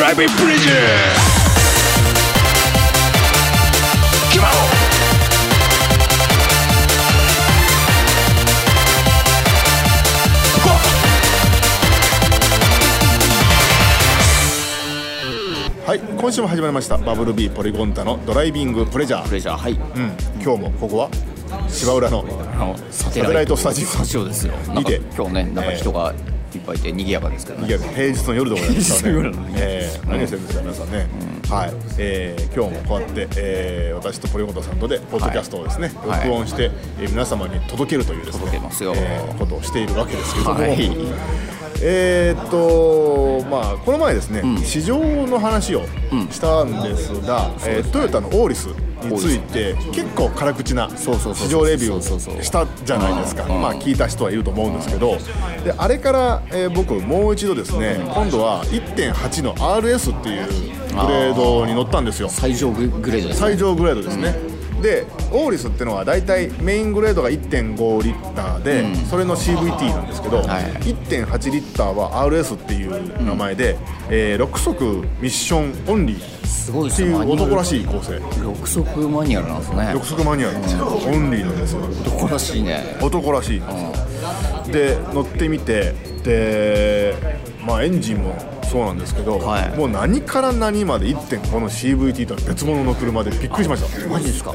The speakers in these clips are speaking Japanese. Happy Bridges! はい、今週も始まりましたバブルビーポリゴンタのドライビングプレジャー、プレジャーはいうん、今日もここは芝浦のあのサテライトスタジオスタジオですよなんか見て今日ねなんか人がいっぱいいて賑やかですけどいねや平日の夜でございますから平日の夜ねの、えー、何をしてるんですか皆さんね、はい、えー、今日もこうやって、えー、私とポリゴンタさんとでポッドキャストをですね、はい録音して、えー皆様に届けるというですね届けますよえーことをしているわけですけども、はいえーっとまあこの前ですね、市場の話をしたんですが、えートヨタのオーリスについて結構辛口な市うそうそうそう場レビュそうそうそーうしたじゃないですか、まあ、聞いた人はいると思うんですけどであれから、えー僕もう一度ですね今度は1.8の RS っていうグレードに乗ったんですよ最上ググレードですね最上グレードですね、でオーリスってのは大体メイングレードが1.5リッターで、それの CVT なんですけど、はい1.8リッターは RS っていう名前で、え6速ミッションオンリすごーいでってすいねう男らしい構成六足マニュアルなんですね6速マニュアル、オンリーなんですよ男らしいね男らしいで乗ってみてでまあエンジンもそうなんですけど、はいもう何から何まで1.5の CVT とは別物の車でびっくりしましたマジですか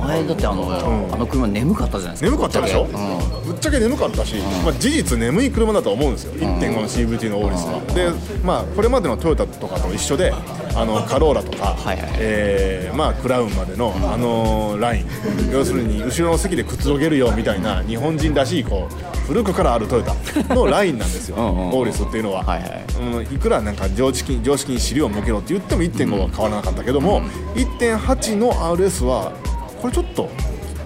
前だってあのあの車眠かったじゃないですか眠かったでしょ、ぶっちゃぶっちゃけ眠かったし、まあ、事実眠い車だとは思うんですよ1.5の CVT のオーリスは、でまあこれまでのトヨタとかと一緒であのカローラとか、はいはいえーまあ、クラウンまでのあのライン、要するに後ろの席でくつろげるよみたいな日本人らしいこう古くからあるトヨタのラインなんですよん うんうんオーリスっていうのは、はいはいうん、いくらなんか常識に常識に尻を向けろって言っても1.5は変わらなかったけども、1.8の RS はこれちょっと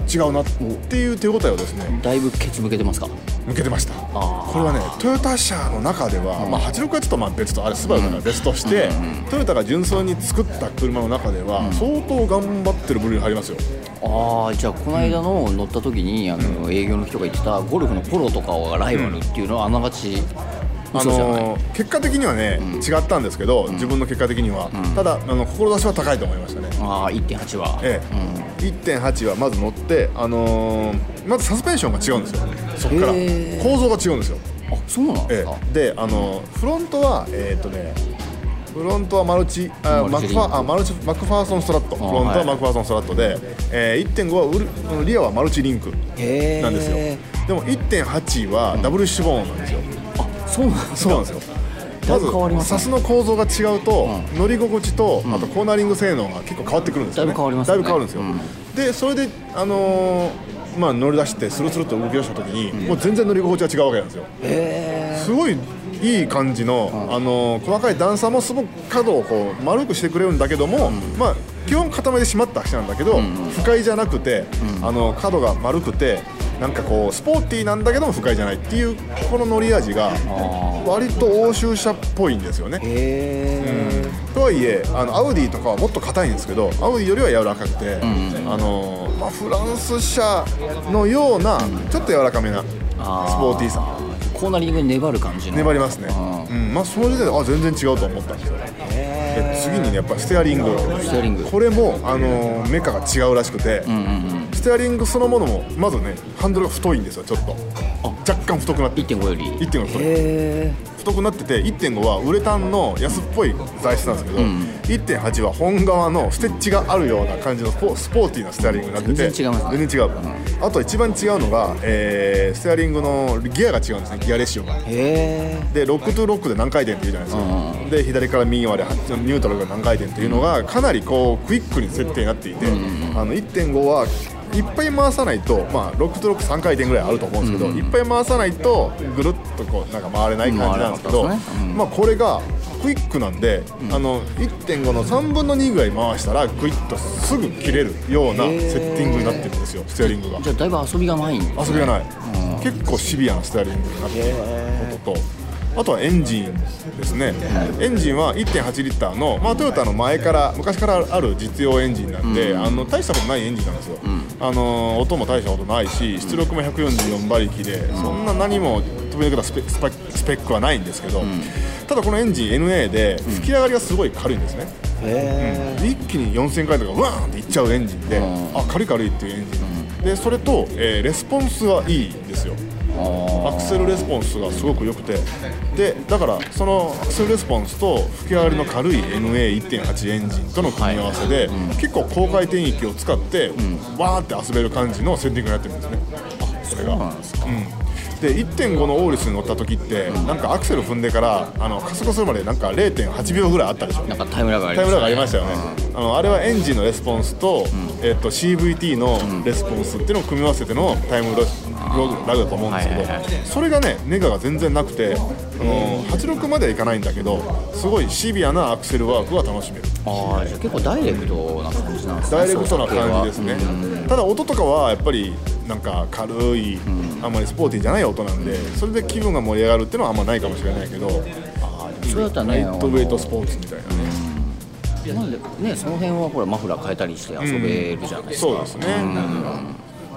違うなっていう手応えをですねけだいぶケツ向けてますか向けてましたこれはねトヨタ車の中では、まあ、86はちょっとまあ別とあれスバルだから別として、トヨタが純粋に作った車の中では、相当頑張ってる部類に入りますよああじゃあこの間の乗った時にあの営業の人が言ってたゴルフのポロとかがライバルっていうのはあながちあ嘘じゃないのー結果的にはね、違ったんですけど、自分の結果的には、ただあの志は高いと思いましたねああ1.8はええ1.8はまず乗って、あのーまずサスペンションが違うんですよそこからへえ構造が違うんですよ、あそうなんですえかえであのーフロントはえーっとねフロントはマルチあママルクチファリンクあマルチマクファーソンストラットフロントははいマクファーソンストラットで、えー1.5はウルリアはマルチリンクへえなんですよでも1.8はダブルシュボーンなんですよ、あそうなんですそうなんですよまずだいぶ変わりますねサスの構造が違うと、乗り心地とあとコーナリング性能が結構変わってくるんですよ、ねだいぶ変わりますよだいねぶ変わるんですよ、でそれで、あのーまあ、乗り出してスルスルと動き出した時に、もう全然乗り心地が違うわけなんですよへすごいいい感じの、あのー細かい段差もすごく角をこう丸くしてくれるんだけども、まあ基本固めで締まった足なんだけど、不快じゃなくて、あの角が丸くてなんかこうスポーティーなんだけども不快じゃないっていうこの乗り味が割と欧州車っぽいんですよねえ。へえとはいえあのアウディとかはもっと硬いんですけどアウディよりは柔らかくて、あのまあ、フランス車のようなちょっと柔らかめなスポーティーさコーナリングに粘る感じの粘りますねあ、うんまあ、その時点であ全然違うと思ったんですよで次にねやっぱりステアリングステアリングこれも、あのーメカが違うらしくて、ステアリングそのものもまずねハンドルが太いんですよちょっと若干太くなってる1.5より1.5太いへ太くなってて1.5はウレタンの安っぽい材質なんですけど、1.8は本革のステッチがあるような感じのスポスポーティーなステアリングになってて全然違います全然違うあと一番違うのが、えーステアリングのギアが違うんですねギアレシオがえへでロックトゥロックで何回転っていうじゃないですか、で左から右まではニュートラルが何回転っていうのがかなりこうクイックに設定になっていて、あの1.5はいっぱい回さないと、まあ、ロックトゥロック3回転ぐらいあると思うんですけど、いっぱい回さないとぐるっとこうなんか回れない感じなんですけど、回らなかったですねまあ、これがクイックなんで、あの1.5の3分の2ぐらい回したらクイッとすぐ切れるようなセッティングになってるんですよステアリングがえ。じゃあだいぶ遊びがないんで遊びがない、結構シビアなステアリングになっていることとあとはエンジンですね、エンジンは1.8リッターの、まあ、トヨタの前から昔からある実用エンジンなんで、あの大したことないエンジンなんですよ、あの音も大したことないし出力も144馬力で、そんな何も飛び抜けたスペスパスペックはないんですけど、ただこのエンジン NA で吹き上がりがすごい軽いんですね、へで一気に4000回とかワーンっていっちゃうエンジンで、うんあ軽い軽いっていうエンジンなんです、でそれと、えーレスポンスがいいんですよえあアクセルレスポンスがすごく良くてでだからそのアクセルレスポンスと吹き上がりの軽い NA1.8 エンジンとの組み合わせで、結構高回転域を使って、わーって遊べる感じのセッティングになってるんですねそれーがそうなんですかで1.5のオーリスに乗った時って、なんかアクセル踏んでからあの加速するまでなんか0.8秒ぐらいあったでしょなんかタイムラグありタイまムラしたグありまししたよね、あのあれはエンジンのレスポンスと,、えっと CVT のレスポンスっていうのを組み合わせてのタイムロスラグだと思うんですけど、はいはいはいそれがねネガが全然なくてあの86まではいかないんだけどすごいシビアなアクセルワークは楽しめるああじゃあ結構ダイレクトな感じなんですねダイレクトな感じですねただ音とかはやっぱりなんか軽い、あんまりスポーティーじゃない音なんでそれで気分が盛り上がるっていうのはあんまないかもしれないけどそれだったラらねイトウェイトスポーツみたいなねなんでねその辺はこれマフラー変えたりして遊べるじゃないですか、そうですね、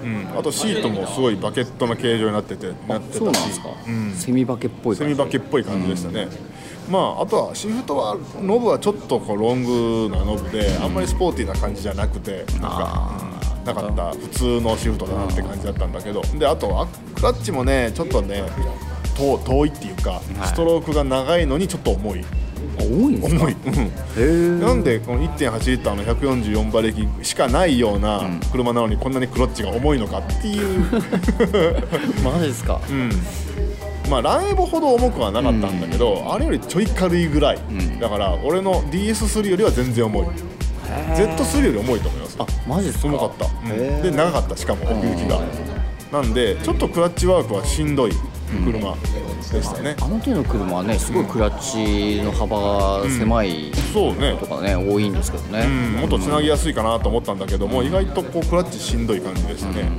うん、あとシートもすごいバケットの形状になっててなってそうたなんでしすか、セミバケっぽいセ感ミじバケっぽい感じでしたね、まあ、あとはシフトはノブはちょっとこうロングなノブであんまりスポーティーな感じじゃなくてなんか、うんなかった普通のシフトだなって感じだったんだけどであとはクラッチもねちょっとね遠遠いっていうか、ストロークが長いのにちょっと重いあ重いんですか重い、うんへーなんでこの1.8リッターの144馬力しかないような車なのにこんなにクロッチが重いのかっていう、 マジですか、まあランエボほど重くはなかったんだけど、あれよりちょい軽いぐらい、だから俺の DS3 よりは全然重い Z3 より重いと思いますあマジですか重かった、うんへーで長かったしかも奥行きがなんでちょっとクラッチワークはしんどい車でしたね、あの手の車はねすごいクラッチの幅が狭いそうねとかね、多いんですけどね、うん、もっとつなぎやすいかなと思ったんだけども、意外とこうクラッチしんどい感じでしたね。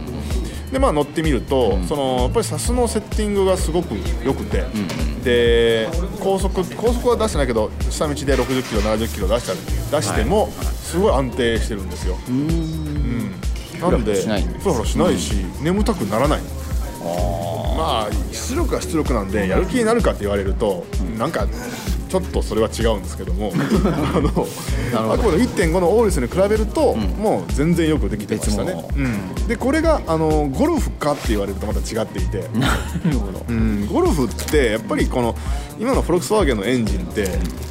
でまあ、乗ってみると、そのやっぱりサスのセッティングがすごく良くて、で高速高速は出してないけど下道で60キロ70キロ出したり出しても、すごい安定してるんですよ、うんなんでふらふらしないんですふらふらしないし、眠たくならないまあ出力は出力なんでやる気になるかって言われると、なんかちょっとそれは違うんですけど もあのあくまで1.5のオールスに比べると、もう全然よくできてましたね別物、うんでこれがあのゴルフかって言われるとまた違っていて、 なるほどうん、ゴルフってやっぱりこの今のフォルクスワーゲンのエンジンって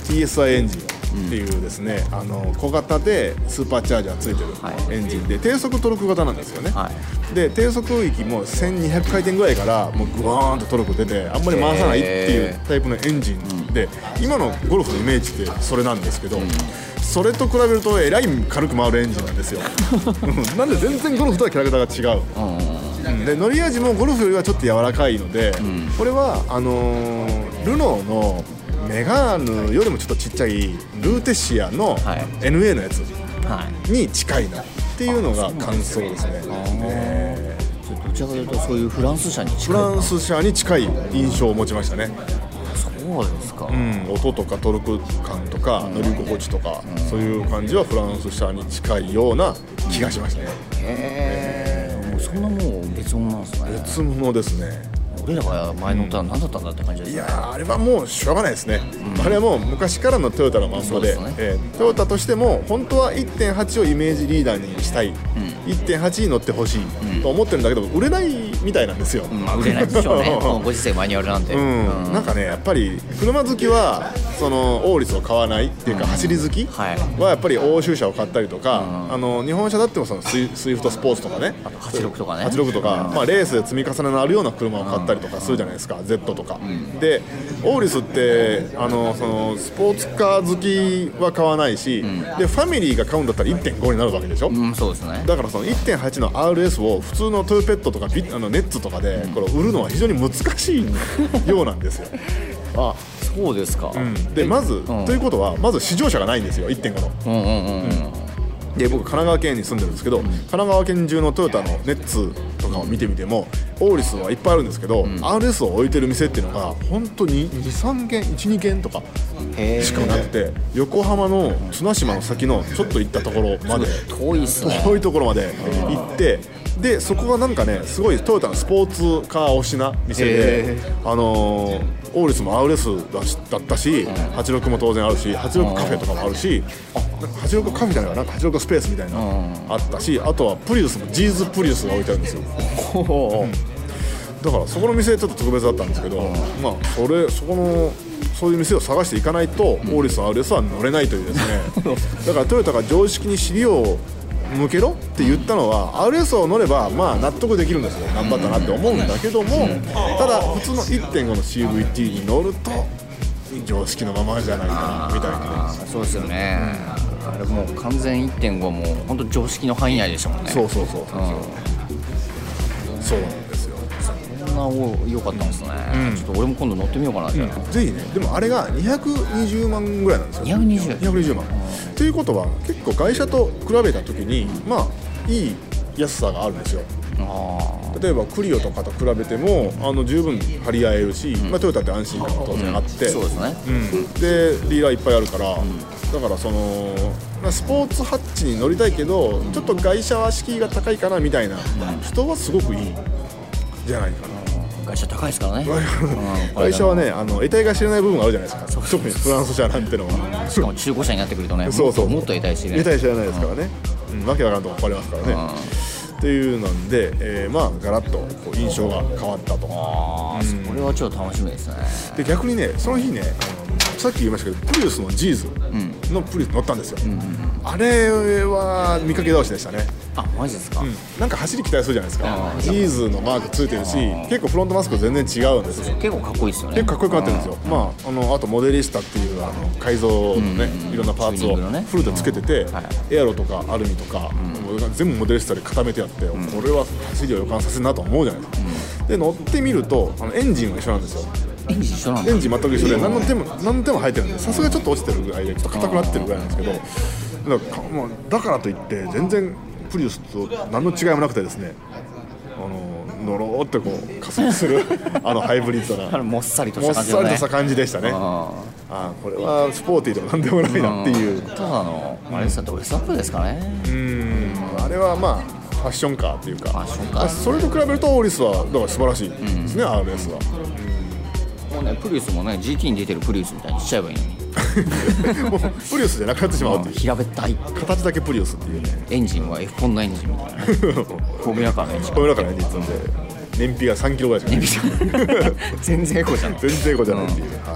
TSI エンジンっていうですね、あの小型でスーパーチャージャーついてはいるエンジンで、低速トルク型なんですよね、はいで低速域も1200回転ぐらいからもうグワーンとトルク出てあんまり回さないっていうタイプのエンジンで、今のゴルフのイメージってそれなんですけど、それと比べるとえらい軽く回るエンジンなんです ようんなんで全然ゴルフとはキャラクターが違う、うんで乗り味もゴルフよりはちょっと柔らかいので、これはあのールノーのメガーヌよりもちょっとちっちゃいルーテシアのはい NA のやつはいに近いなっていうのが感想ですね。どちらかというとそういうフランス車にフ近いランス車に近い印象を持ちましたね、そうですか、うん、音とかトルク感とか乗り心地とか、そういう感じはフランス車に近いような気がしましたねへえもうそんなもう別物なんですね別物ですね俺らが前乗ったら何だったんだって感じですいねやーあれはもうしょうがないですね、あれはもう昔からのトヨタのまんそまうでですねえートヨタとしても本当は1.8をイメージリーダーにしたい、1.8に乗ってほしいと思ってるんだけど売れないみたいなんですよ、まあ売れないでしょうね このご時世マニュアルなんで、うんなんかねやっぱり車好きはそのオーリスを買わないっていうか走り好きはいはやっぱり欧州車を買ったりとか、あの日本車だってもそのスイスイフトスポーツとかねあと86とかね86とか、まあ、レースで積み重ねのあるような車を買ったりとかするじゃないですか、Z とか、でオーリスってあのそのスポーツカー好きは買わないし、でファミリーが買うんだったら1.5になるわけでしょ、うんそうですねだからその1.8の RS を普通のトヨペットとかビあのネッツとかでこれを売るのは非常に難しいようなんですよ。あそうですか、うんでまず、んということはまず試乗車がないんですよ1.5の。うんうんうんうんで僕神奈川県に住んでるんですけど、神奈川県中のトヨタのネッツとかを見てみてもオーリスはいっぱいあるんですけど、RS を置いてる店っていうのが本当に23軒12軒とかへえしかなくて、横浜の綱島の先のちょっと行ったところまで。 遠いっすね遠いところまで行ってでそこがなんかねすごいトヨタのスポーツカー推しな店で、へあのーオーリスもアウレスだしだったし、86も当然あるし86カフェとかもあるし、なんか86カフェじゃないかななんか86スペースみたいな、あったしあとはプリウスもジーズプリウスが置いてあるんですよほほだからそこの店ちょっと特別だったんですけど、まあそれそこのそういう店を探していかないと、オーリスアウレスは乗れないというです ねだからトヨタが常識に尻を向けろって言ったのは RS を乗ればまあ納得できるんですよ頑張ったなって思うんだけども、ただ普通の1.5の CVT に乗ると常識のままじゃないかなみたいなそうですよねあれもう完全1.5もう本当常識の範囲内でしたもんねそうそうそうそう、うそうなんですよんそんなお良かったんですね、ちょっと俺も今度乗ってみようかなじゃあ、ぜひねでもあれが220万ぐらいなんですよ220 220万ということは結構外車と比べた時にまあいい安さがあるんですよあ例えばクリオとかと比べてもあの十分張り合えるし、まあ、トヨタって安心感が当然あっあて、そうですねうんでリーラーいっぱいあるから、だからそのまあスポーツハッチに乗りたいけどちょっと外車は敷居が高いかなみたいな人はすごくいいじゃないかな会社高いですからねうんこれ会社はねあの得体が知れない部分があるじゃないですか特にフランス車なんてのはしかも中古車になってくるとね そうそうもっともっと得たいしね得体知れないですからね、うんわけわからんとこ分かりますからねっていうなんで、えーまあガラッとこう印象が変わったとああそれはちょっと楽しみですねで逆にねその日ねあのさっき言いましたけどプリウスのジーズのプリウス乗ったんですよ、あれは見かけ倒しでしたねあマジですか、なんか走り期待するじゃないですかうんジーズのマークついてるし結構フロントマスク全然違うんですよ結構かっこいいですよね結構かっこよくなってるんですよ、まあ、あのあとモデリスタっていうあの改造のね、いろんなパーツをチューニングのねフルでつけてて、んはいエアロとかアルミとか、全部モデリスタで固めてあって、これは走りを予感させるなと思うじゃないですか、で乗ってみるとあのエンジンが一緒なんですよエンジン一緒なんだエンジン全く一緒で何の手も何の手も入ってるんでさすがにちょっと落ちてるぐらいでちょっと硬くなってるぐらいなんですけどだからかもうだからといって全然プリウスと何の違いもなくてですねあののろーってこう加速す るあのハイブリッドなあのもっさりとしもたっ感じさのりとねした感じでしたね。あああこれはスポーティーでもなんでもないなっていう。ただのあれですねドレスアップですかねうん、あれはまあファッションカーっていうか。ファッションカーそれと比べるとオーリスはだから素晴らしいですね、RS は。もうねプリウスもね GT に出てるプリウスみたいにしちゃえばいいのにもうプリウスじゃなくなってしまうっていう。平べったい形だけプリウスっていうね。エンジンは F コンのエンジンみ たいなねフォーミュラカーのエンジンこれだからね実はね燃費が3キロぐらいしかない。全然エコじゃん全然こうじゃないっていう。はい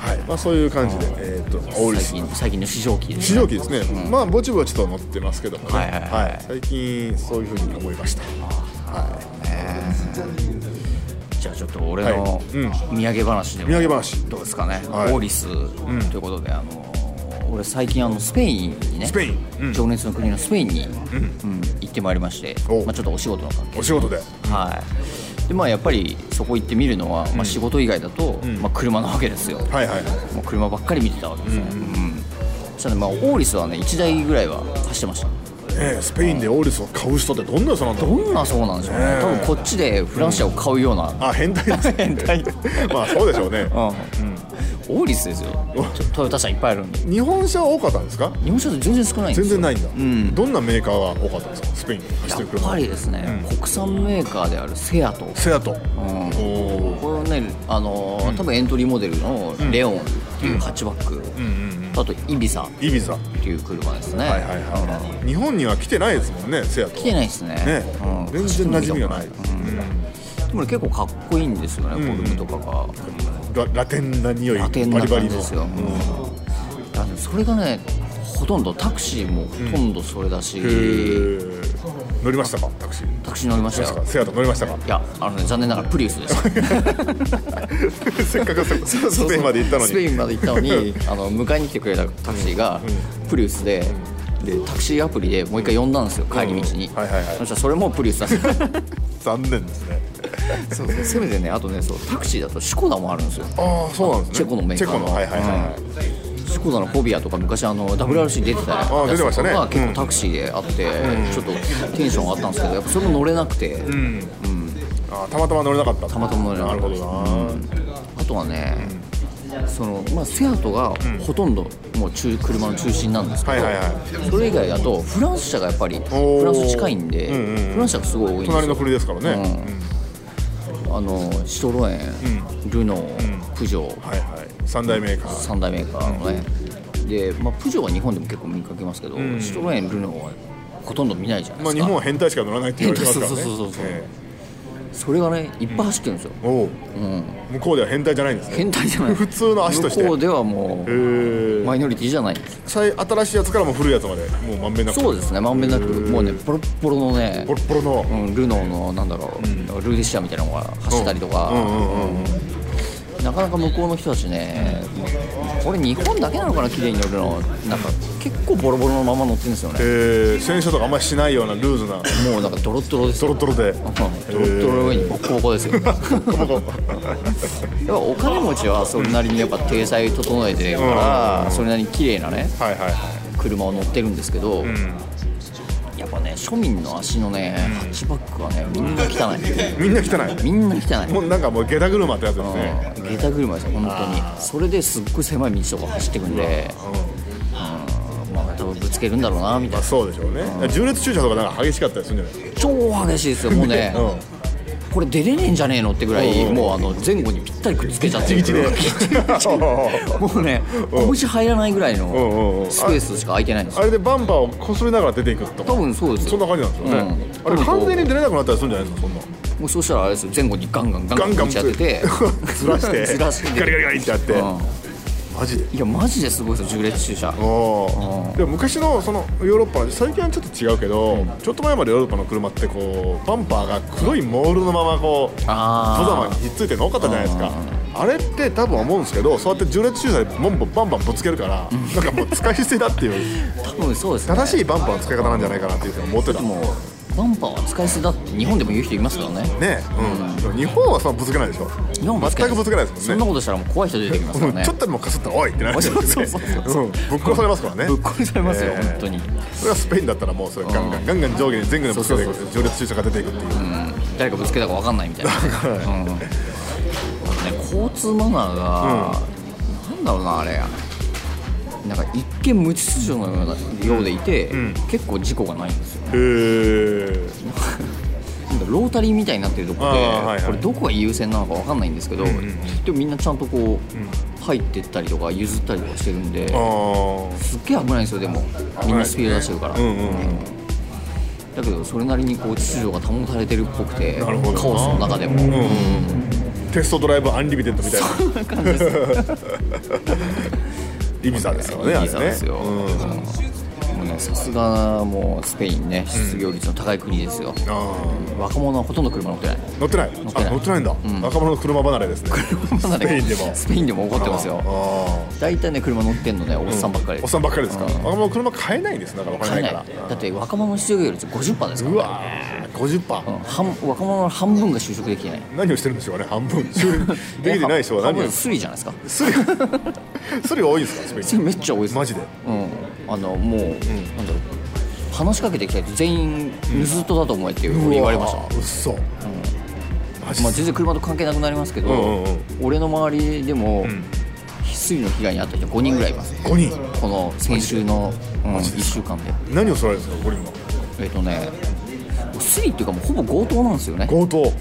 はい。まあそういう感じでえっとオーリ最ス。近最近の試乗機です試ね乗機ですね、まあぼちぼちと乗ってますけどもね、はいはいは最近そういうふうに思いましたじゃあちょっと俺のはいう土産話でも土産話どうですかね、はいオーリスということで、あの俺最近あのスペインにねスペインうん情熱の国のスペインに、うん行ってまいりましてお、まあ、ちょっとお仕事の関係お仕事ではいでまあやっぱりそこ行ってみるのは、まあ、仕事以外だと、まあ、車なわけですよ、はいはいはいもう車ばっかり見てたわけですね、うんそしたらねまあ、オーリスはね1台ぐらいは走ってましたねえスペインでオーリスを買う人ってどんな人なんだろうどんなそうなんでしょうね、え多分こっちでフランス車を買うような、あ変態です 変態 まあそうでしょうねうんオーリスですよちょトヨタ車いっぱいあるんで日本車は多かったんですか日本車って全然少ない全んですよ然ないんだ、どんなメーカーが多かったんですかスペインで走ってやるっぱ車りですね、国産メーカーであるセアトセアト、んおーこれね、あのー多分エントリーモデルのレオンっていうハッチバック、あとイビサっイビザはていう車ですね、いはいはい日本には来てないですもんねセアト来てないですねね、うん全然馴染みがない、でもね結構かっこいいんですよね、フォルムとかが、ララテンな匂いラテンバなリバ感リじのですよ、うんあのそれがねほとんどタクシーもほとんどそれだし、へー乗りましたかタクシータクシー乗りましたよセアト乗りましたかいやあのね残念ながらプリ ウスですせっかくスペインまで行ったのにスペインまで行った のにあの迎えに来てくれたタクシーがプリウスででタクシーアプリでもう一回呼んだんですよ帰り道に、うんはいはいはいそしたらそれもプリウスだった 残念ですねそうそうせめてねあとねそうタクシーだとシコダもあるんですよああそうなんですねチェコのメーカーチェコのはいはいはいはい、シコダのフォビアとか昔あの WRC 出てたやつあ出てましたねとかが結うん構タクシーであって、ちょっとテンション上がったんですけどやっぱそれも乗れなくて、あーたまたま乗れなかったたまたま乗れなかったなるほどな、あとはね、そのまあセアトがほとんどもう中車の中心なんですけはいどはいはいそれ以外だとフランス車がやっぱりーフランス近いんでうんうんうんフランス車がすごい多いんですよ隣の国ですからね、うんあのシトロエン、ルノー、プジョー、はいはい三大メーカー三大メーカーのね、で、まあ、プジョーは日本でも結構見かけますけど、んシトロエン、ルノーはほとんど見ないじゃないまであ日すか、本は変態しか乗らないって言われてますからねそうそうそうそうえそれがね、いっぱい走ってるんですよ、えおううん、向こうでは変態じゃないんですね変態じゃない、普通の足として向こうではもへえう、マイノリティじゃないんです、最新しいやつからもう古いやつまでもうまんべんなくそうですね、まんべんなく、もうね、ボロッボロのねボ、ロッボロの、うん、ルノーのなんだろう、ルーディシャみたいなのが走ったりとか。うんうんうんうんなかなか向こうの人たちね、これ日本だけなのかな、綺麗に乗るの、なんか結構ボロボロのまま乗ってるんですよね、えー、洗車とかあんまりしないようなルーズなもうなんかドロッドロですドよ、ロドロ でうんドロッドロの上にボコボコですよ、やっぱお金持ちはそれなりにやっぱ体裁整えてるから、それなりに綺麗なね、はいはいは車を乗ってるんですけど、い、うんやっぱね、庶民の足のね、ハッチバックはね、みんな汚い、みんな汚いみんな汚い。もうなんかもう下駄車ってやつですねうん下駄車ですよ本当にそれですっごい狭い道とか走ってくんで、うんまあ多分ぶつけるんだろうなみまたいあなそうでしょうね重列駐車とかなんか激しかったりするんじゃない超激しいですよもうね、 うこれ出れねえんじゃねえのってぐらい、うんもうあの前後にぴったりくっつけちゃってるギチで もうねうん腰入らないぐらいんうんうのんスペースしか空いてないんで んすあよれでバンパーをこすりながら出ていくとか多分そうですそんよな感じなんですよね、うんあれ完全に出れなくなったりするんじゃないですかそんなもうそうしたらあれですよ前後にガンガンガンガガンンガ打ンち当てて ずらして ずらしてガリガリガリってやって、うんマジでいやマジですごいですよ重列駐車おでも昔のそのヨーロッパ最近はちょっと違うけど、ちょっと前までヨーロッパの車ってこうバンパーが黒いモールのままこうあー小玉にひっついてるの多かったじゃないですかあれって多分思うんですけどそうやって重列駐車でボンボンバンバンぶつけるからなんかもう使い捨てだっていう多分そうですね正しいバンパーの使い方なんじゃないかなっていうふうに思ってたねもうバンパーは使い捨てだって日本でも言う人いますからねえ、うんでも日本はそんなぶつけないでしょ日本は全くぶつけないでそすもんんなねことしたらもう怖い人出てきますからうんねちょっとでもかすったら「おい!」ってなるじゃないですかね そうそうそうそううんぶっ殺されますからねぶっ殺されますよ、ええ本当にそれはスペインだったらもうそれガンガンガンガン上下に前後にぶつけていそうそうく上列駐車が出ていくっていう、誰かぶつけたか分かんないみ たいな、うんね、交通マナーが、なんだろうなあれなんか一見無秩序のようなようでいて、ん結構事故がないんですよへえなんかロータリーみたいになってるとこで、あーはいはいこれどこが優先なのか分かんないんですけど、でもみんなちゃんとこう、入ってったりとか譲ったりとかしてるんで、ああすっげえ危ないんですよでもみんなスピード出してるから、うんうんうんだけどそれなりにこう秩序が保たれてるっぽくてカるほどなオスの中でも、うんテストドライブアンリミテッドみたいなそんな感じです イビザですからねあいれいさですよ、ねうんもうねさすがもうスペインね失業率の高い国ですよ、あ若者はほとんど車乗ってないー乗ってないってないあ乗ってないんだ、若者の車離れですねスペインでもスペインでも怒ってますよあー大体ね車乗ってんのねおっさんばっかりおっさんばっかりですか、若者車買えないんですだからお金買えなないからいだって若者の失業率50%ですからうわー50%、うん半若者の半分が就職できてない何をしてるんでしょうかね半 分修理できてない人は半何を分スリじゃないですかスリ スリ多いんですかスペそイれめっちゃ多いですマジでうんあのもう、なんだろう話しかけてきたやつ全員盗人だと思えっていうン言われました、うっそ、マジまあ、っす全然車と関係なくなりますけど、うんうんうん俺の周りでも、スリの被害に遭った人5人ぐらいいます5人この先週の、うん、1週間で何を取られるんですか5人はえっ、とねスリっていうかもうほぼ強盗なんですよね、強盗うんあ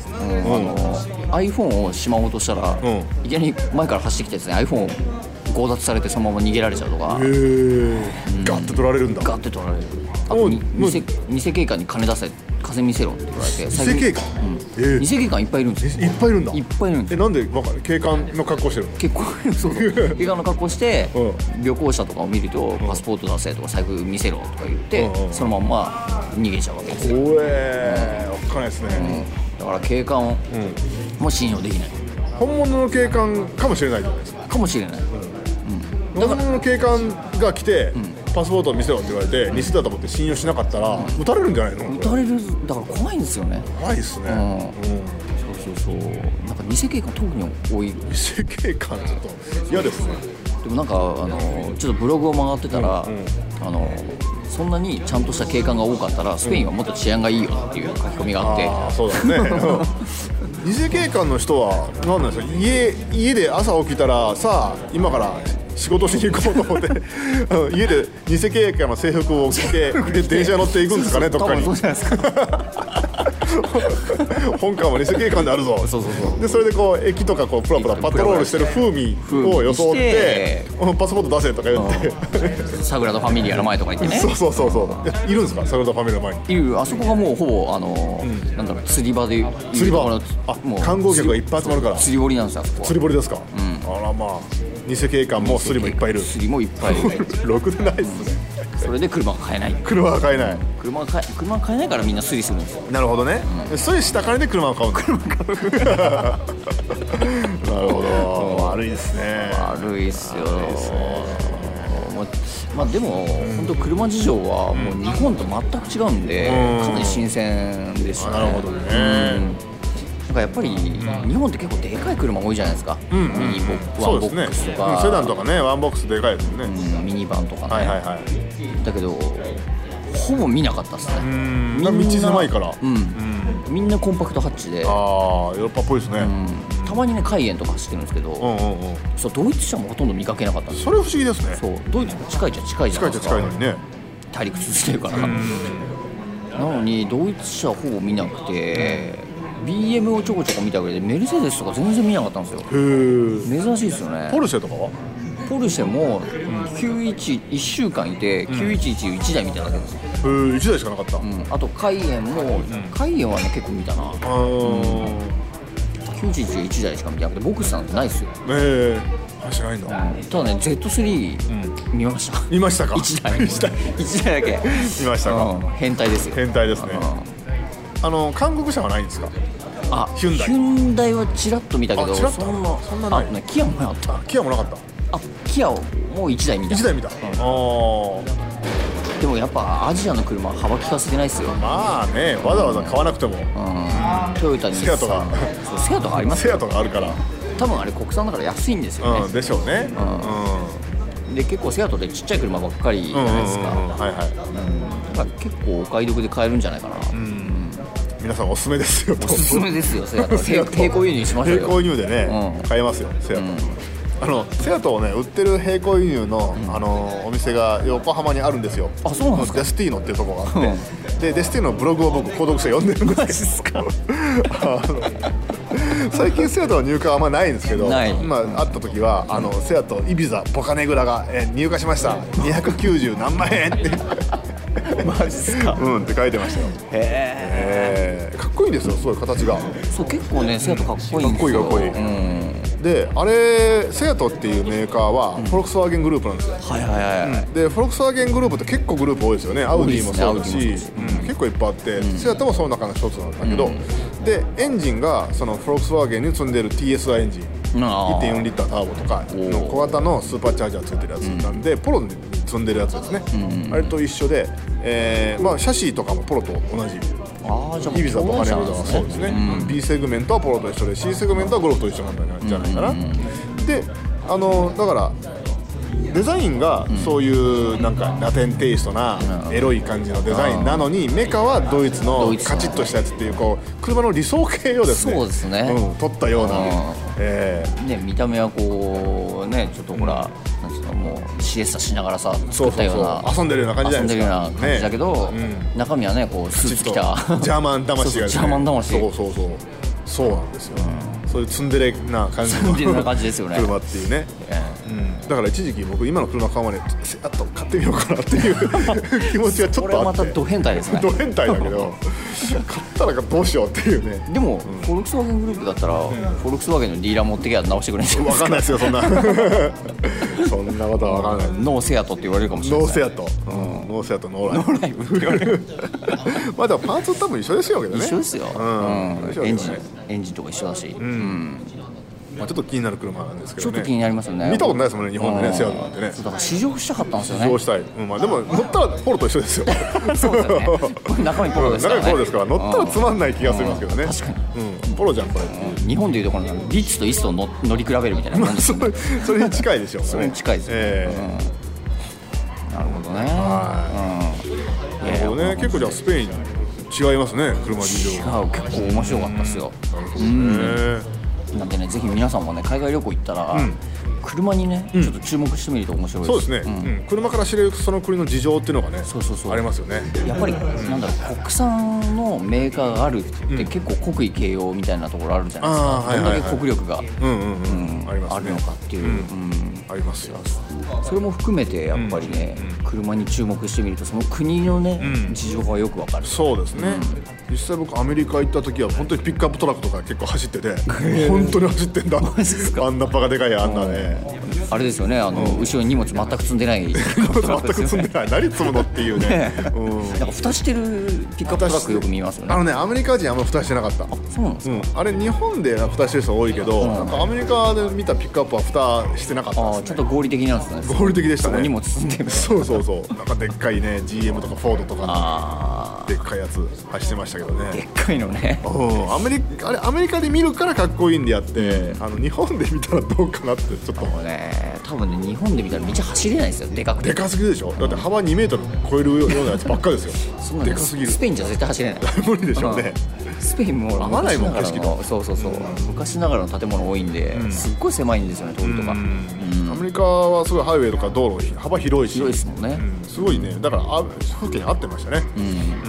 の iPhone をしまおうとしたら、うんいきなり前から走ってきたやつに iPhone を強奪されてそのまま逃げられちゃうとかへえガッて取られるんだガッて取られるあもとうにもう偽偽警官に金出せ金見せろって言われて偽警官うんええ偽警官いっぱいいるんですえいよっぱいいるんだいっぱいいるんですえなんでわかる警官の格好してるの結構そう そう警官の格好して、う旅行者とかを見ると、パスポート出せとか財布見せろとか言って、うんうんそのまんま逃げちゃうわけですよ、おえーわかんないですうんね、だから警官うをんもう信用できない本物の警官かもしれないじゃないですかかもしれない、本物の警官が来てパスポートを見せろって言われて偽だと思って信用しなかったら撃たれるんじゃないのこれ撃たれるだから怖いんですよね怖いですね、ううんそうそうそうなんか偽警官特に多い世界観ちょっと嫌ですねでもなんかあのちょっとブログを回ってたら、あのそんなにちゃんとし た警官が多かったらスペインはもっと治安がいいよっていう書き込みがあって、ああそうだね二次警官の人は何なんですか家家で朝起きたらさあ今から仕事しに行こうと思って あの家で偽警官の制服を着 てで電車乗っていくんですかねどっかにそうそう多分そうじ ゃないですか本館は偽警官であるぞそうそうそうでそれでこう駅とかこうプラプラパトロールしてる風味を装って風味うんパスポート出せとか言って、 サグラダ・ファミリアの前とか行ってねそうそうそうそういやいるんですかサグラダ・ファミリアの前にいうあそこがもうほぼあの、なんだろう釣り場でいう釣り場ところあ観光客がいっぱい集まるから釣り堀なんですよあそこは釣り堀ですか、あらまあ偽警官もスリもいっぱいいる釣りもいっぱいいる ろくでないですねそれで車が買えない車は買えない車が買え車が買えないからみんな釣りするんですよなるほどね、それ下金で車を買うんだ車買う なるほど、悪いですね悪いっすよもうまあでも本当車事情はもう日本と全く違うんでうんかなり新鮮でしたねなるほどねなんかやっぱり日本って結構でかい車多いじゃないですか、うんうんミニボワそンうボですねックスとうんかセダンとかねワンボックスでかいですもんね、うんミニバンとかね、はいはいはいだけどほぼ見なかったっすねうん道狭いから、うん、みんなコンパクトハッチで、ああヨーロッパっぽいですね、うんたまにねカイエンとか走ってるんですけど、うんうんうんそうドイツ車もほとんど見かけなかったんですよそれ不思議ですねそうドイツも近いじゃ近いじゃな近いっちいでゃす近かいのにね大陸続いてるから、なのにドイツ車ほぼ見なくて BM をちょこちょこ見たぐらいでメルセデスとか全然見なかったんですよへえ珍しいですよねポルシェとかはポルシェも911週間いて9111台見ただけですよ、へえ一台しかなかった、うんあとカイエンも、カイエンはね結構見たなあー9111台しか見てなくてボクスなんてないですよええ走らないんだ、ただね Z3 見ま した、見ましたか一台一台一台だ け見ましたかうん変態ですよ変態ですねうんあの韓国車はないんですかあヒュンダインダイはちらっと見たけどあチラッとそんなそんなないあねキアもあったあキアもなかったあキアをもう1台見た一台見た、ああでもやっぱアジアの車は幅利かせてないですよ、うん、まあねわざわざ買わなくてもトヨタにセアとかそうセアとかありますセよアとかあるから多分あれ国産だから安いんですよね、うんでしょうねうんんで結構セアトってちっちゃい車ばっかりじゃうんうんうんないですか、うんはいはだから結構お買い得で買えるんじゃないかな、い皆さんおすすめですよおおすすめです よセアトセア平ト平行輸入しましょう並よ 行輸入でね、うん買えますよセアト、あのセアトをね売ってる並行輸入の、あのお店が横浜にあるんですよあそうなんですかデスティーノっていうところがあって、でデスティーノのブログを僕購読して読んでるんです けどあの最近セアトの入荷はあんまないんですけどないまあ、会った時はあのセアトイビザポカネグラが、えー入荷しました290何万円って マジっすかうんって書いてましたよ、へえーかっこいいんですよすごい形が。えそう結構ねセアトかっこいいんですよかっこいいかっこいいうん、であれセアトっていうメーカーはフォルクスワーゲングループなんですよ、はいはいはい、でフォルクスワーゲングループって結構グループ多いですよねアウディもそうだし、多いですうん結構いっぱいあって、セアトもその中の一つなんだけど、でエンジンがそのフォルクスワーゲンに積んでる TSI エンジンあー1.4リッターターボとかの小型のスーパーチャージャーついてるやつなんで、ポロに積んでるやつですね、あれと一緒で、えーまあ、シャシーとかもポロと同じああじゃあイビザとハレア共ウ演者ザなはんそうですね、B セグメントはポロと一緒で C セグメントはゴルフと一緒なんじゃないかな、であのだからデザインがそういうなんかラテンテイストなエロい感じのデザインなのにメカはドイツのドイツのカチッとしたやつっていうこう車の理想形をですねそうですねうん、取ったようなうんえね見た目はこうねちょっとほら、なんつうのもうシエスタしながらさそうそうそう作ったような遊んでるような感じじゃないですか遊んでるような感じだけど、ね中身はねこうスーーツちょ着ったとジャーマン魂がですそうそうジャーマン魂そうそうそうそうなんですよ、そういうツンデレな感じのツンデレな感じですよね車っていうねえうんだから一時期僕今の車買うまでせやっと買ってみようかなっていう気持ちがえちょこっれはとあまってたド変態ですね ド変態だけど買ったらどうしようっていうねでも、フォルクスワーゲングループだったら、フォルクスワーゲンのディーラー持ってきゃ直してくれんじゃない分ですかかんないですよそんなそんなことは分かんないノーセアトって言われるかもしれノなーいセアと、うんノーセアとノーライノーライまあでもパーツ多分一緒ですよけどね一緒ですよ、ううんん一緒エンですジよねンエンジンとか一緒だし、まあちょっと気になる車なんですけちょどねっと気になりますよね見たことないですもんね日本でねうんセアトなんてねそうだから試乗したかったんですよどねうしたい、うんまあ、でも乗ったらポロと一緒ですよそうですよね中身ポロですからね中身ポロですから乗ったらつまんない気がしますけどねうん確かうん、ポロじゃんこれ、日本でいうところのリッツとイストをの乗り比べるみたいなもんですそれそれに近いでしょう、ね、そそれに近いですよねえなるほどねえなるほどね結構じゃあスペイン違いますね車事違情うな結構面白かったですよるほどねなんでねぜひ皆さんもね海外旅行行ったら、車にね、ちょっと注目してみると面白いそうですね、うん車から知れるその国の事情っていうのがねそうそうそうありますよねやっぱり、なんだろう国産のメーカーがあるって、結構国威形容みたいなところあるじゃないですあーか、はいはいはいどんだけ国力が、うんうんうん、ありますあねるのかっていう、うんありますよそれも含めてやっぱりね、車に注目してみるとその国のね、事情がよくわかるそうですね、実際僕アメリカ行った時は本当にピックアップトラックとか結構走ってて本当に走ってんだあんなバカでかいあんなねあれですよねあの、後ろに荷物全く積んでない全く積んでない何積むのっていうねうん なんか蓋してるピックアップトラックよく見ますよあねのねアメリカ人あんまり蓋してなかったそうなんですうか、ん、あれ日本で蓋してる人多いけど、なんかアメリカで見たピックアップは蓋してなかったああでちすょっねと合理的なんですね合理的でしたそこねに荷物積んでるそうそうそうなんかでっかいね GM とかフォードとかあでっかいやつ走ってましたけどーでっねかいのねうん、アメリカあれアメリカで見るからかっこいいんであって、あの日本で見たらどうかなってちょっとこれね多分ね日本で見たら道走れないですよでかくてでかすぎるでしょだって幅2メートル超えるようなやつばっかりですよそんなのでかすぎるスペインじゃ絶対走れない無理でしょうねうんスペインも合わないもん昔景色ながらのそうそうそう、昔ながらの建物多いんで、すっごい狭いんですよね通りとか、アメリカはすごいハイウェイとか道路幅広いし広いですもんね、うんすごいねだからあ風景に合ってましたね、う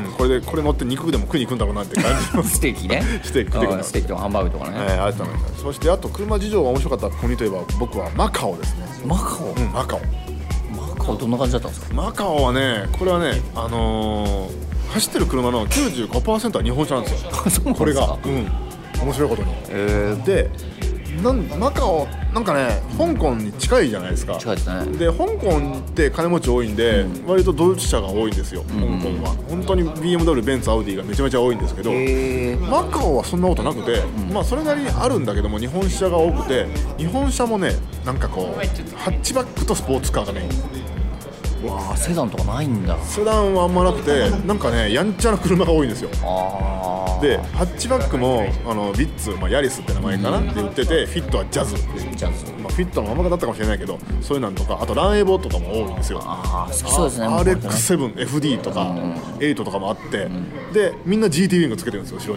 んこれでこれ乗って肉でも食いに行くんだろうなって感じますステーキねステーキ食ってくださいうんステーキとかハンバーグとかね、えー、あったそしてあと車事情が面白かった国といえば僕はマカオですね、マカオ、うん、マカオマカオどんな感じだったんですかマカオはねこれはねあのー走ってる車の95%は日本車なんですよそうなんですか これがうん面白いことにえでなんマカオなんかね香港に近いじゃないですか近いですねで香港って金持ち多いんで、割とドイツ車が多いんですよ、香港は本当に BMW ベンツアウディがめちゃめちゃ多いんですけど、えー、マカオはそんなことなくて、まあそれなりにあるんだけども日本車が多くて日本車もねなんかこうハッチバックとスポーツカーがねうわあセダンとかないんだセダンはあんまなくてなんかねやんちゃな車が多いんですよああでハッチバックもあのビッツ、まあ、ヤリスって名前かなって言っててフィットはジャズジャズまあ、フィットのままだったかもしれないけどそういうなんとかあとランエボとかも多いんですよああ好きそうですね RX7FD とか8とかもあって、でみんな GT ウィングつけてるんです よ後ろ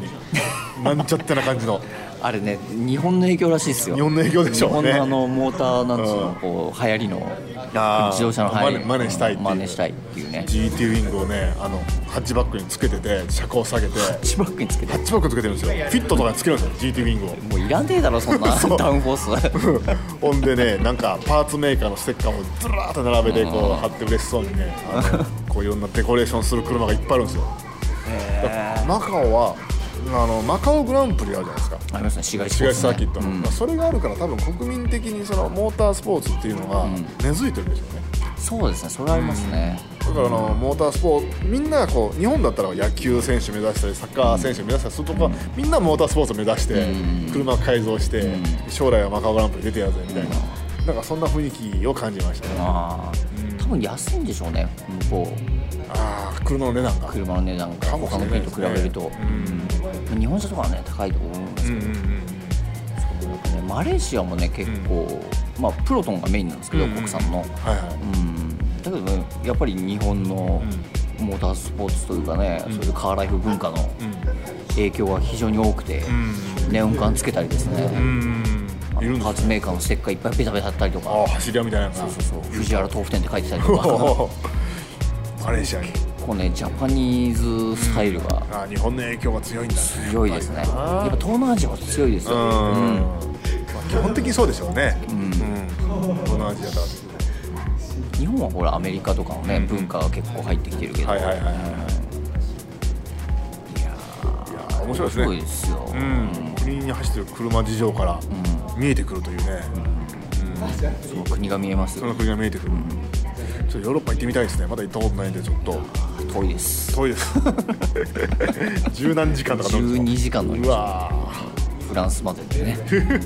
になんちゃってな感じのあれね日本の影響らしいですよ日本の影響でしょうね日本のあのモーターなんつうの、こう流行りのあー自動車の流行りの真似真似したいっていう真似したいっていうね GT ウィングをねあのハッチバックにつけてて車高下げてハチバックにつけてッチバックつけてるんですよフィットとかにつけるんですよ GT ウィングをもういらねえだろそん なそうダウンフォ ースほんでねなんかパーツメーカーのステッカーもずらーっと並べてこう貼って嬉しそうにねあのこういろんなデコレーションする車がいっぱいあるんですよだからマカオはあのマカオグランプリあるじゃないですかありますね市街地東サーキットうの、んまあそれがあるから多分国民的にそのモータースポーツっていうのが根付いてるんでしょうね、そうですねそれありますね、だからあのモータースポーツみんながこう日本だったら野球選手目指したりサッカー選手目指したりするとこは、みんなモータースポーツを目指して、車を改造して、将来はマカオグランプリ出てやるぜみたいな、なんかそんな雰囲気を感じましたね、あああ多分安いんでしょうね向こうあー車の値段が車の値段がかもし他れなのい国でとす比ねべると、うん日本車とかはね高いと思うんですけど、うんうんうんねマレーシアもね結構、まあプロトンがメインなんですけど、国産の、はいはいうん、だけどねやっぱり日本のモータースポーツというかね、そういうカーライフ文化の影響が非常に多くて、ネオン管つけたりですね、いるんでパーすツメーカーのステッカーいっぱいベタベタ貼ったりとあかあ走り屋みたいなのがそうそう藤原豆腐店って書いてたりとか おーマレーシアにこうねジャパニーズスタイルがあー日本の影響が強いんだね強いですね、やっぱ東南アジアは強いですよ、うんまあ基本的にそうでしょうね、うん東南アジアから日本はほらアメリカとかのね、文化が結構入ってきてるけど、はいはいはいはいはいいやー面白いですねそうですよ、うん、国に走ってる車事情から見えてくるというね、その国が見えますその国が見えてくる、ちょっとヨーロッパ行ってみたいですねまだ行ったことないんでちょっと遠いです遠いです 十何時間とか乗るんで12時間乗りすようわフランスまででねー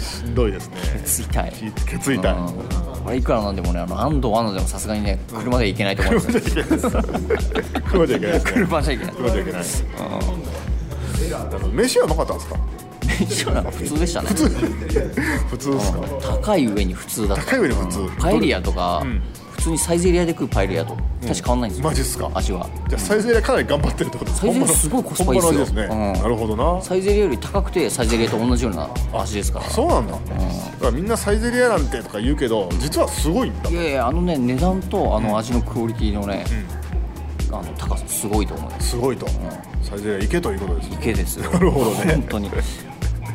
しんどいですねつ いたい気気ついたいうんあれいくらなんでもねあの安藤アナでもさすがにね車で行けないと思いますよ車じゃいけないですね 車じゃ行けない車じゃいけないあの飯はなかったんですか一応なんか普通でしたね普通普通ですか高い上に普通だった高い上に普通パエリアとかん普普通にサイゼリアで食うパエリアと確か変わんないんですよ、マジっすか味はじゃあサイゼリヤかなり頑張ってるってことですサイゼリ本ヤ場のすごいコスパいいっす本よ場の味ですね、うんなるほどなサイゼリアより高くてサイゼリアと同じような味ですからそうなんだ,、だからみんなサイゼリヤなんてとか言うけど実はすごいんだいやいやあのね値段とあの味のクオリティのね、あの高さすごいと思いますすごいと、サイゼリヤ行けということですね池ですよなるほどね本当にや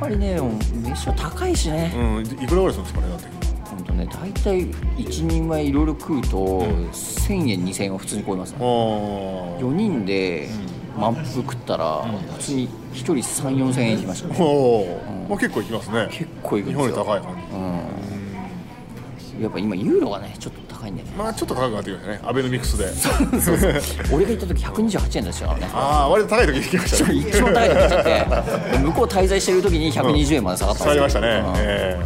っぱりねもう飯は高いしね、うんいくらぐらいするんですかねだって本当ね大体1人前いろいろ食うと、1000円2000円は普通に超えますねあー4人で満腹食ったら、普通に1人34000円いきましたねおーまあ、結構行きますね結構いくん日で本すよより高い感じ、やっぱ今ユーロがねちょっと高いん だよねまあちょっと高くなってきましたねアベノミクスで俺が行った時128円でしたからね ああ割と高い時行きましたね一番高いの来ちゃってで向こう滞在してる時に120円まで下がったん 下がりですよましたね、うんえ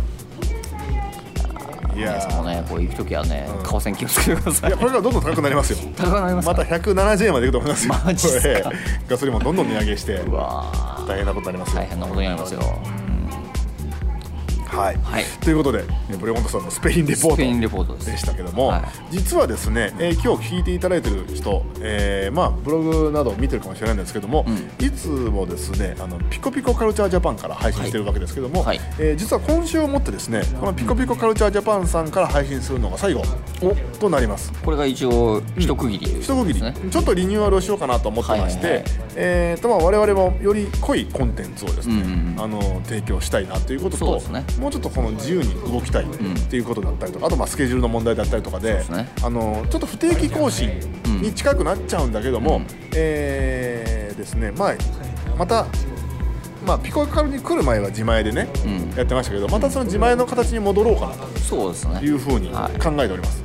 えいや皆さんもーねこう行く時はね為替に気をつけてくださいいやこれからどんどん高くなりますよ高くなりますまかた170円までいくと思いますよマジっす かええガソリンもどんどん値上げしてうわー大変なことになりますよ大変なことになりますよはい、はいということでえブレモントさんのスペインレポスペイーントレポートですでしたけども、はい実はですね、えー今日聞いていただいてる人、えーまあ、ブログなどを見てるかもしれないんですけども、いつもですねあのピコピコカルチャージャパンから配信してるわけですけども、はいはいえー実は今週をもってですねこのピコピコカルチャージャパンさんから配信するのが最後となります。これが一応一区切りという一区切り、ですねちょっとリニューアルをしようかなと思ってまして、はいはいはいえーとまあ我々もより濃いコンテンツをですね、うんうんあの提供したいなということそうとですねもうちょっとこの自由に動きたいっていうことだったりとか、あとまあスケジュールの問題だったりとかでそうですねあのちょっと不定期更新に近くなっちゃうんだけども、えーですね、まあ、また。まあ、ピコカルに来る前は自前でね、うんやってましたけどまたその自前の形に戻ろうかなとそうでいすねうふうに考はいえております。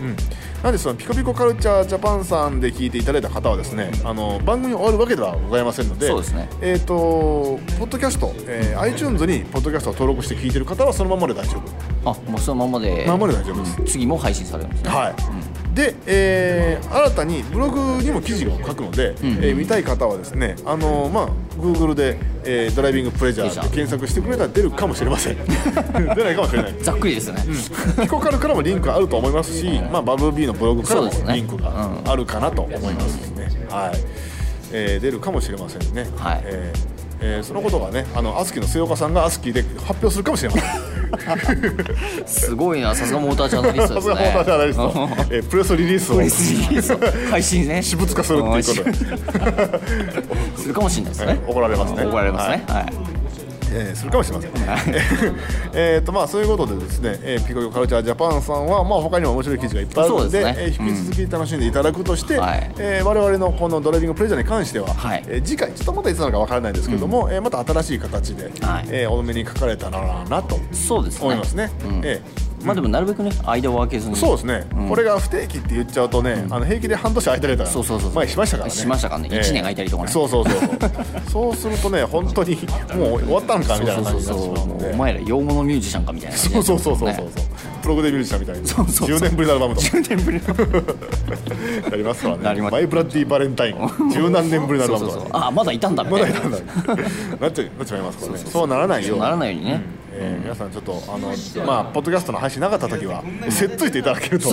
うんなんでそのピコピコカルチャージャパンさんで聞いていただいた方はですねあの番組終わるわけではございませんのでそうですねえー、とポッドキャスト、えー iTunes にポッドキャストを登録して聞いてる方はそのままで大丈夫、あもうそのままでまんまで大丈夫です、次も配信されるんですねはい、で、えー新たにブログにも記事を書くので、えー見たい方はですねあのーまあ Google で、えードライビングプレジャー」って検索してくれたら出るかもしれま せん出ないかもしれないざっくりですね、ピコカルからもリンクあると思いますし、まあ、バブル B のブログからもそうですねリンクがあるかなと思いますね。はいえー出るかもしれませんね。はいえーえーそのことがね、あのアスキーの末岡さんがアスキーで発表するかもしれません。すごいなさすがモータージャーナリスさトですすがねモータージャーナリスト、えープレスリリースをプレスリリースを配信 ね私物化するっていうことで、とするかもしれないですね え怒られますね 怒られますねはい、えーするかもしれません。 えーとまあそういうことでですね、えーピコピコカルチャージャパンさんはまあ他にも面白い記事がいっぱいあるので、そうですねえー引き続き楽しんでいただくとして、はいえー我々のこのドライビングプレジャーに関しては、はいえー次回ちょっとまたいつなのかわからないですけども、えーまた新しい形で、はいえーお目にかかれたらなとそうですね思いますね。えーまあでもなるべくね間を空けずにそうですね、これが不定期って言っちゃうとね、あの平気で半年空いたりとかそうそうそうそう前しましたからねしましたからね一年空いたりとかねそうそうそうそうそうするとね本当にもう終わったんかみたいなそ感じうになってしそうまそううのもでうお前ら洋物ミュージシャンかみたいなそうそうそうそうそうそうね、プログデビューしたみたいなそうそうそう10年ぶりのアルバムとか10年ぶりのやりますからねなりますマイブラッディバレンタイン10何 年ぶりのアルそバうそムとうそうかあまだいたんだみまただいいなたんだなっちゃいなっちゃいますからねそうならないようにならないようにね、えー皆さんちょっとあのまあポッドキャストの配信なかった時はせっついていただけると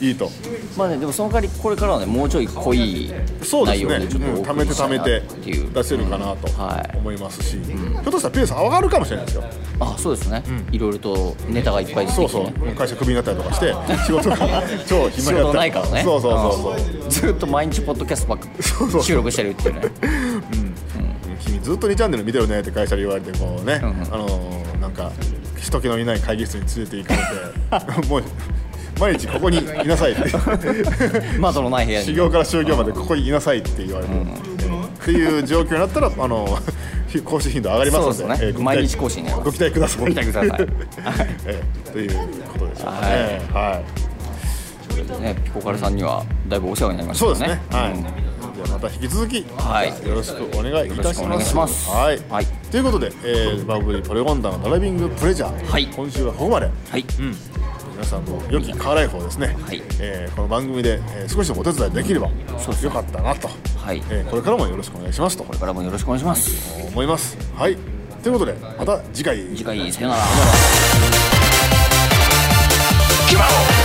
いいとまあねでもその代わりこれからはねもうちょい濃いそうで内す容ねでちょっとうん貯お送めりてした貯いめなてっていう出せるかなとはい思いますしひょっとしたらペース上がるかもしれないですよあそうですね、いろいろとネタがいっぱい出そてうきて、そね、う会社クビになったりとかして仕事が超 仕暇にな事ったないりとからねそうそうそうそううんずっと毎日ポッドキャストばっそうそうか収録してるっていうね 君ずっと2チャンネル見てるねって会社で言われてこうね、あのーなんか人気のいない会議室に連れて行か れてもう毎日ここにいなさいって窓のない部屋修に行から終業までここにいなさいって言われて、っていう状況になったらあのー更新頻度上がりますそのうでですねご期待毎日更新になりますご期待くださいご期待ください ええということでしょうかねはい、ねピコカルさんにはだいぶお世話になりましそうでたすね、はい、んじゃあまた引き続き、はいよろしくお願いいたしよろしくおま願いす。しますはい、はいということで、えー、バブリーポレゴンダのドライビングプレジャー、はい今週はここまで。はい、皆さんの良きカーライフをですね、はいえーこの番組で、えー少しでもお手伝いできればそうですよかったなと、はいえーこれからもよろしくお願いしますとこれからもよろしくお願いします思います。はい、ということでまた次回次回さよならキマロ